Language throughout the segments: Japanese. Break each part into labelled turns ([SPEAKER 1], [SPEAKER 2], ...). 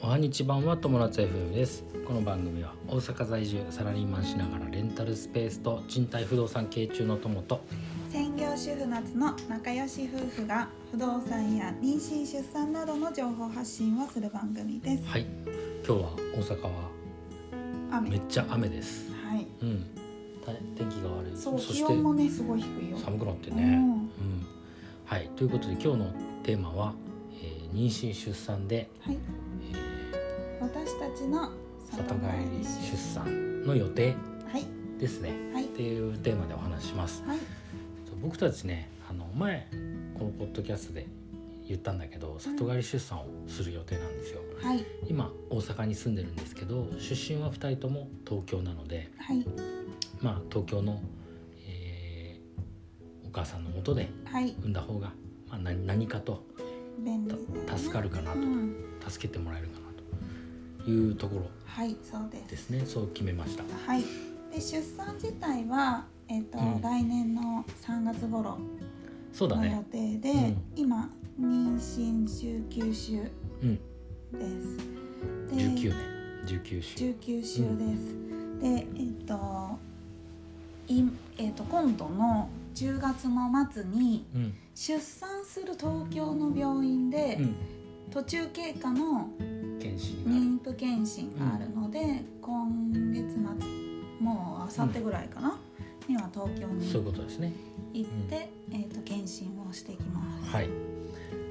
[SPEAKER 1] 半日版は友達 FM ですこの番組は大阪在住サラリーマンしながらレンタルスペースと賃貸不動産系中の友と
[SPEAKER 2] 専業主婦夏の仲良し夫婦が不動産や妊娠出産などの情報発信をする番組です
[SPEAKER 1] はい今日は大阪は
[SPEAKER 2] 雨
[SPEAKER 1] め
[SPEAKER 2] は
[SPEAKER 1] っちゃ雨です
[SPEAKER 2] い
[SPEAKER 1] うんた天気が悪い
[SPEAKER 2] そう
[SPEAKER 1] そ
[SPEAKER 2] 気
[SPEAKER 1] して
[SPEAKER 2] 温もねすごい低いよ
[SPEAKER 1] 寒くなって
[SPEAKER 2] う
[SPEAKER 1] ね
[SPEAKER 2] ん
[SPEAKER 1] うんはいということで今日のテーマは、えー妊娠出産で、
[SPEAKER 2] はい
[SPEAKER 1] えー
[SPEAKER 2] 私たちの
[SPEAKER 1] 里帰り出産の予定
[SPEAKER 2] はい
[SPEAKER 1] ですね
[SPEAKER 2] はい
[SPEAKER 1] っていうテーマでお話しします
[SPEAKER 2] はい
[SPEAKER 1] 僕たちねあの前このポッドキャストで言ったんだけど里帰り出産をする予定なんですよ、
[SPEAKER 2] はい
[SPEAKER 1] 今大阪に住んでるんですけど出身は2人とも東京なので
[SPEAKER 2] はい
[SPEAKER 1] まあ東京の、えーお母さんのもとで
[SPEAKER 2] はい
[SPEAKER 1] 産んだ方が、まあ、何何かと
[SPEAKER 2] 便利だよ
[SPEAKER 1] た
[SPEAKER 2] ね
[SPEAKER 1] 助かるかな
[SPEAKER 2] う
[SPEAKER 1] と
[SPEAKER 2] ん
[SPEAKER 1] 助けてもらえるかなというところ
[SPEAKER 2] はいそうです
[SPEAKER 1] ですねそう決めました
[SPEAKER 2] はいで出産自体はえっ、と、
[SPEAKER 1] うん
[SPEAKER 2] 来年の3月頃
[SPEAKER 1] そうだ
[SPEAKER 2] の予
[SPEAKER 1] ね
[SPEAKER 2] 定で、
[SPEAKER 1] うん
[SPEAKER 2] 今妊娠19週
[SPEAKER 1] うん
[SPEAKER 2] です。で
[SPEAKER 1] 19年19週
[SPEAKER 2] 19週です。でえっ、といえっ、と今度の10月の末に
[SPEAKER 1] うん
[SPEAKER 2] 出産する東京の病院で、
[SPEAKER 1] うん
[SPEAKER 2] 途中経過の
[SPEAKER 1] 検視にな
[SPEAKER 2] 妊婦検診があるので、今月末もう明後日ぐらいかな、には東京
[SPEAKER 1] るそうい
[SPEAKER 2] に
[SPEAKER 1] うことですね
[SPEAKER 2] 行って、えっ、と検診をしてきます。
[SPEAKER 1] はい、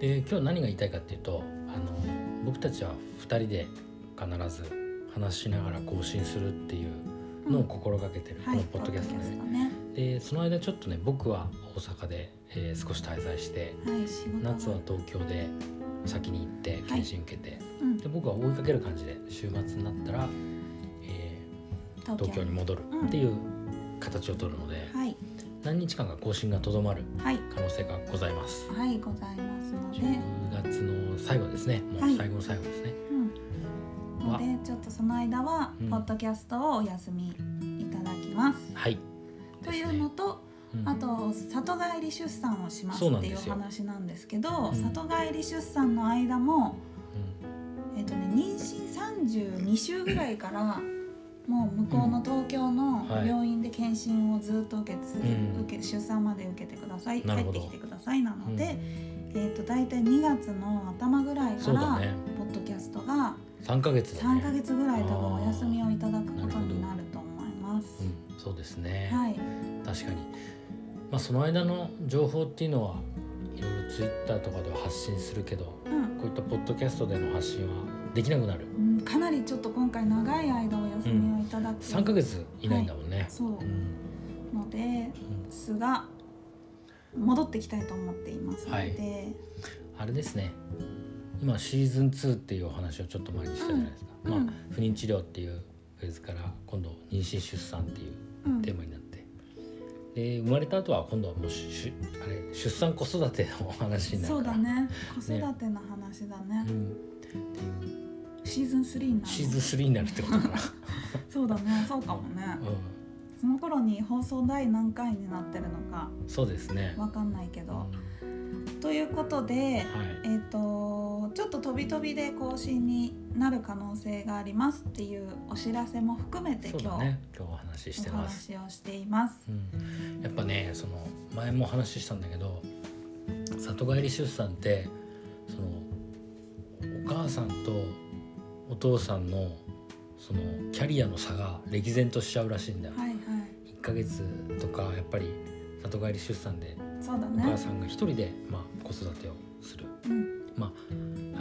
[SPEAKER 1] で今日何が言いたいかっていうとあの僕たちは2人で必ず話しながら更新するっていうのを心がけてる、
[SPEAKER 2] はい、
[SPEAKER 1] このポッドキャストで,、ね、
[SPEAKER 2] ね。
[SPEAKER 1] でその間ちょっとね僕は大阪で、えー少し滞在して
[SPEAKER 2] はい、仕事が
[SPEAKER 1] 夏は東京で先に行って検診受けて、
[SPEAKER 2] うん
[SPEAKER 1] で僕は追いかける感じで週末になったら、えー東京に戻るっていう形を取るので、
[SPEAKER 2] はい
[SPEAKER 1] 何日間か更新がとどまる
[SPEAKER 2] はい
[SPEAKER 1] 可能性がございます。
[SPEAKER 2] はいございますので、
[SPEAKER 1] 10月の最後ですねも
[SPEAKER 2] は
[SPEAKER 1] う
[SPEAKER 2] い
[SPEAKER 1] 最後の最後ですね、
[SPEAKER 2] うん、
[SPEAKER 1] わ
[SPEAKER 2] のでちょっとその間は
[SPEAKER 1] うん
[SPEAKER 2] ポッドキャストをお休みいただきます。
[SPEAKER 1] はい
[SPEAKER 2] と
[SPEAKER 1] です
[SPEAKER 2] い
[SPEAKER 1] ね
[SPEAKER 2] うのと、
[SPEAKER 1] うん
[SPEAKER 2] あと里帰り出産をします
[SPEAKER 1] そうな
[SPEAKER 2] っ
[SPEAKER 1] ん
[SPEAKER 2] て
[SPEAKER 1] で
[SPEAKER 2] いう
[SPEAKER 1] すよ
[SPEAKER 2] 話なんですけど、
[SPEAKER 1] うん
[SPEAKER 2] 里帰り出産の間も
[SPEAKER 1] うん
[SPEAKER 2] えっ、とね妊娠32週ぐらいから。もう向こうの東京の
[SPEAKER 1] うんはい
[SPEAKER 2] 病院で検診をずっと受け続け、
[SPEAKER 1] うん
[SPEAKER 2] 受け出産まで受けてください帰
[SPEAKER 1] なる
[SPEAKER 2] っ
[SPEAKER 1] ほ
[SPEAKER 2] て
[SPEAKER 1] ど
[SPEAKER 2] きてくださいなので、
[SPEAKER 1] う
[SPEAKER 2] えっ、と大体2月の頭ぐらいか
[SPEAKER 1] そう
[SPEAKER 2] ら、
[SPEAKER 1] だね
[SPEAKER 2] ポッドキャストが
[SPEAKER 1] 3ヶ月だね
[SPEAKER 2] 3ヶ月ぐらい多分
[SPEAKER 1] あー
[SPEAKER 2] お休みをいただくことになると思います。
[SPEAKER 1] うん、そうですね、
[SPEAKER 2] はい、
[SPEAKER 1] 確かにまあその間の情報っていうのはいろいろツイッターとかでは発信するけどこ
[SPEAKER 2] うん
[SPEAKER 1] ういったポッドキャストでの発信はできなくなる
[SPEAKER 2] うん、かなりちょっと今回長い間お休みをいただく、
[SPEAKER 1] 3ヶ月いないんだもんね、
[SPEAKER 2] そう
[SPEAKER 1] うん
[SPEAKER 2] ので
[SPEAKER 1] うん
[SPEAKER 2] すが戻ってきたいと思っていますので、
[SPEAKER 1] はいあれですね今シーズン2っていうお話をちょっと前にしたじゃないですか、
[SPEAKER 2] うん
[SPEAKER 1] まあ不妊治療っていうフェーズから今度妊娠出産っていう
[SPEAKER 2] うん
[SPEAKER 1] テーマになってで生まれた後は今度はもうししあれ出産子育てのお話になる
[SPEAKER 2] そう
[SPEAKER 1] から
[SPEAKER 2] だね子育ての話だね
[SPEAKER 1] うんっていう
[SPEAKER 2] シーズン3になる
[SPEAKER 1] シーズン3になるってことかな、
[SPEAKER 2] そうだねそうかもね、
[SPEAKER 1] う
[SPEAKER 2] その頃に放送第何回になってるのか
[SPEAKER 1] ん、そうですね、
[SPEAKER 2] わかんないけ
[SPEAKER 1] うんは
[SPEAKER 2] ど、ということで
[SPEAKER 1] い、
[SPEAKER 2] えー、とちょっと飛び飛びで更新になる可能性がありますっていうお知らせも含めて
[SPEAKER 1] そ
[SPEAKER 2] 今日
[SPEAKER 1] うだね今日お話しして
[SPEAKER 2] お
[SPEAKER 1] ます、
[SPEAKER 2] 話をしています。
[SPEAKER 1] うん、やっぱねその前もお話ししたんだけど里帰り出産ってそのお母さんとお父さんのそのキャリアの差が歴然としちゃうらしいんだよ、
[SPEAKER 2] はいはい
[SPEAKER 1] 1ヶ月とかやっぱり里帰り出産で
[SPEAKER 2] そうだ
[SPEAKER 1] お母
[SPEAKER 2] ね、
[SPEAKER 1] さんが一人で、まあ、子育てをする、
[SPEAKER 2] うん、
[SPEAKER 1] まあ、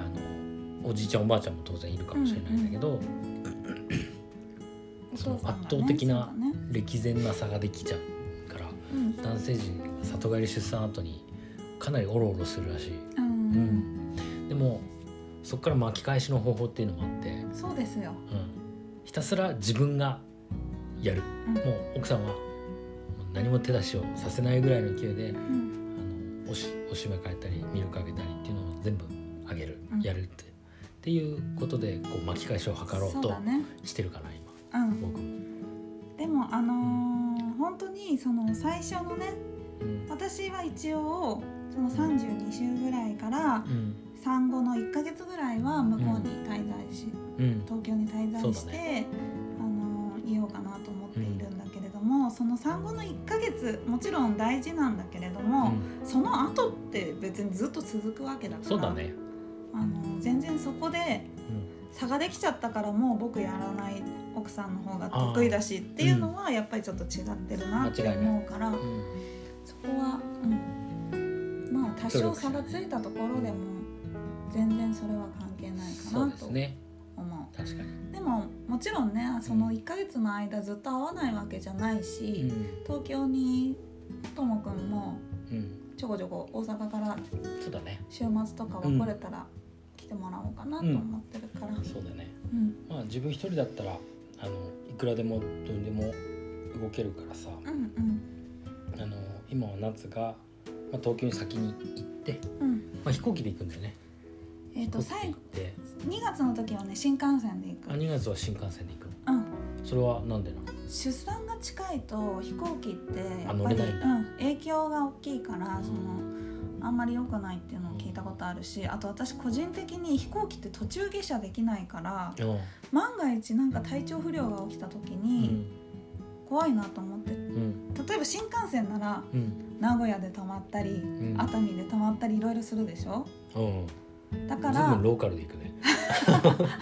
[SPEAKER 1] あのおじいちゃんおばあちゃんも当然いるかもしれないんだけど、
[SPEAKER 2] お父
[SPEAKER 1] そ
[SPEAKER 2] さん
[SPEAKER 1] の
[SPEAKER 2] が、ね、
[SPEAKER 1] 圧倒的な
[SPEAKER 2] そうだね
[SPEAKER 1] 歴然な差ができちゃうから
[SPEAKER 2] うん
[SPEAKER 1] 男性陣里帰り出産後にかなりオロオロするらしい、
[SPEAKER 2] うん
[SPEAKER 1] うんでもそこから巻き返しの方法っていうのもあって、うん、
[SPEAKER 2] そうですよ、
[SPEAKER 1] ひたすら自分がやる
[SPEAKER 2] うん
[SPEAKER 1] もう奥さんはもう何も手出しをさせないぐらいの勢いで
[SPEAKER 2] うん
[SPEAKER 1] あのおしおしめ変えたりミルクあげたりっていうのを全部あげる、
[SPEAKER 2] うん
[SPEAKER 1] やるってっていうことでこう巻き返しを図ろう
[SPEAKER 2] そう
[SPEAKER 1] と
[SPEAKER 2] だね、
[SPEAKER 1] してるかな、
[SPEAKER 2] うん、
[SPEAKER 1] 今僕も。
[SPEAKER 2] でもあのー本当にその最初のね
[SPEAKER 1] うん
[SPEAKER 2] 私は一応その32週ぐらいから
[SPEAKER 1] うん
[SPEAKER 2] 産後の1ヶ月ぐらいは向こうに滞在し、
[SPEAKER 1] うん
[SPEAKER 2] 東京に滞在
[SPEAKER 1] そ
[SPEAKER 2] し
[SPEAKER 1] うだ
[SPEAKER 2] て、あのいようかなと思っているんだけれども、その産後の1ヶ月もちろん大事なんだけれど
[SPEAKER 1] う
[SPEAKER 2] も、
[SPEAKER 1] ん
[SPEAKER 2] その後って別にずっと続くわけだから
[SPEAKER 1] そうだね
[SPEAKER 2] あの全然そこで
[SPEAKER 1] うん
[SPEAKER 2] 差ができちゃったからもう僕やらない奥さんの方が得意だしっていうのはやっぱりちょっと違ってるなって思うから、
[SPEAKER 1] うん
[SPEAKER 2] そこは、うん、まあ多少差がついたところでも全然それは関係ないか
[SPEAKER 1] そ
[SPEAKER 2] な
[SPEAKER 1] うで
[SPEAKER 2] と
[SPEAKER 1] す
[SPEAKER 2] 思う
[SPEAKER 1] ね確かに
[SPEAKER 2] でももちろんねその1ヶ月の間ずっと会わないわけじゃないし、
[SPEAKER 1] う
[SPEAKER 2] 東京にともくんも
[SPEAKER 1] んうん
[SPEAKER 2] ちょこちょこ大阪から
[SPEAKER 1] そうだね
[SPEAKER 2] 週末とかは来れたら来てもらおうかなと思ってるから、
[SPEAKER 1] そうだね
[SPEAKER 2] うん
[SPEAKER 1] まあ自分一人だったらあのいくらでもどんでも動けるからさ
[SPEAKER 2] うんうん
[SPEAKER 1] あの今は夏が、まあ、東京に先に行って、
[SPEAKER 2] うん
[SPEAKER 1] まあ、飛行機で行くんだよね
[SPEAKER 2] えっ、と
[SPEAKER 1] 飛行機
[SPEAKER 2] 最
[SPEAKER 1] で
[SPEAKER 2] 後
[SPEAKER 1] 行って
[SPEAKER 2] 2月の時はね新幹線で行
[SPEAKER 1] あ
[SPEAKER 2] く、
[SPEAKER 1] 2月は新幹線で行くの
[SPEAKER 2] うん、
[SPEAKER 1] それはなんでなの
[SPEAKER 2] 出産が近いと飛行機ってや
[SPEAKER 1] あ
[SPEAKER 2] っぱ
[SPEAKER 1] 乗れ
[SPEAKER 2] り、
[SPEAKER 1] ない
[SPEAKER 2] うん、影響が大きいからそのあんまり良くないっていうのを聞いたことあるしあと私個人的に飛行機って途中下車できないから
[SPEAKER 1] うん
[SPEAKER 2] 万が一なんか体調不良が起きた時
[SPEAKER 1] う
[SPEAKER 2] に
[SPEAKER 1] ん
[SPEAKER 2] 怖いなと思って
[SPEAKER 1] うん
[SPEAKER 2] 例えば新幹線なら
[SPEAKER 1] うん
[SPEAKER 2] 名古屋で泊まったり
[SPEAKER 1] うん
[SPEAKER 2] 熱海で泊まったりいろいろするでしょ
[SPEAKER 1] うん
[SPEAKER 2] だか
[SPEAKER 1] 随分
[SPEAKER 2] ら
[SPEAKER 1] ローカルで行くね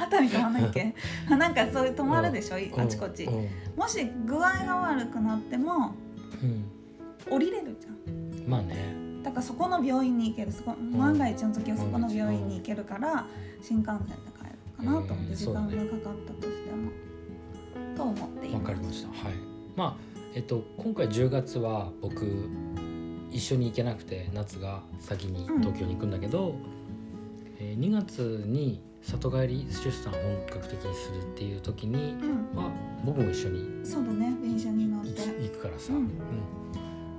[SPEAKER 2] 熱海泊まんないっ けなんかそういう泊まるでしょ あちこち
[SPEAKER 1] うん
[SPEAKER 2] もし具合が悪くなっても
[SPEAKER 1] うん
[SPEAKER 2] 降りれるじゃん
[SPEAKER 1] まあね
[SPEAKER 2] だからそこの病院に行けるそこ万が一の時はそこの病院に行けるから新幹線で帰るかなと思っ
[SPEAKER 1] う
[SPEAKER 2] て
[SPEAKER 1] ん
[SPEAKER 2] 時
[SPEAKER 1] そうだ
[SPEAKER 2] 間
[SPEAKER 1] ね
[SPEAKER 2] がかかったとしても、と思ってい
[SPEAKER 1] わかりましたはいまあえっと今回10月は僕一緒に行けなくて夏が先に東京に行くんだけど、えー2月に里帰り出産を本格的にするっていう時に
[SPEAKER 2] うん
[SPEAKER 1] は僕も一緒に
[SPEAKER 2] そうだね電車に乗って
[SPEAKER 1] 行き行くからさ、
[SPEAKER 2] うん
[SPEAKER 1] うん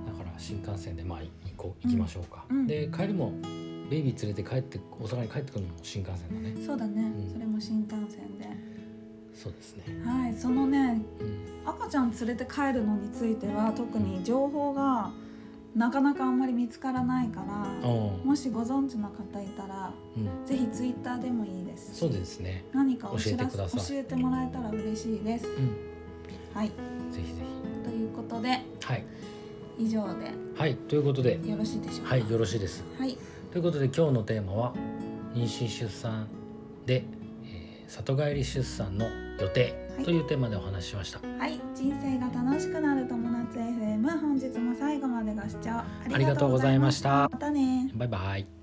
[SPEAKER 1] だから新幹線でまあい行こう行きましょうか、
[SPEAKER 2] うんうん
[SPEAKER 1] で帰りもベイビー連れて帰って大阪に帰ってくるのも新幹線だね
[SPEAKER 2] そうだね、
[SPEAKER 1] うん
[SPEAKER 2] それも新幹線で
[SPEAKER 1] そうですね、
[SPEAKER 2] はいそのね
[SPEAKER 1] うん、
[SPEAKER 2] 赤ちゃん連れて帰るのについては特に情報がなかなかあんまり見つからないから
[SPEAKER 1] ああ
[SPEAKER 2] もしご存知の方いたら
[SPEAKER 1] うん
[SPEAKER 2] ぜひツイッターでもいいです
[SPEAKER 1] そうですね
[SPEAKER 2] 何かお知ら
[SPEAKER 1] 教えてく
[SPEAKER 2] せ
[SPEAKER 1] ださい
[SPEAKER 2] 教えてもらえたら嬉しいです
[SPEAKER 1] うん
[SPEAKER 2] はい
[SPEAKER 1] ぜひぜ
[SPEAKER 2] ということで
[SPEAKER 1] ひはい
[SPEAKER 2] 以上で
[SPEAKER 1] はいということで
[SPEAKER 2] よろしいでしょうか
[SPEAKER 1] はいよろしいです
[SPEAKER 2] はい
[SPEAKER 1] ということで今日のテーマは妊娠出産で、えー里帰り出産の予定
[SPEAKER 2] はい
[SPEAKER 1] というテーマでお話ししました、
[SPEAKER 2] はい人生が楽しくなる友達 FM 本日も最後までご視聴あ
[SPEAKER 1] ありがとうございました
[SPEAKER 2] またね
[SPEAKER 1] バイバイ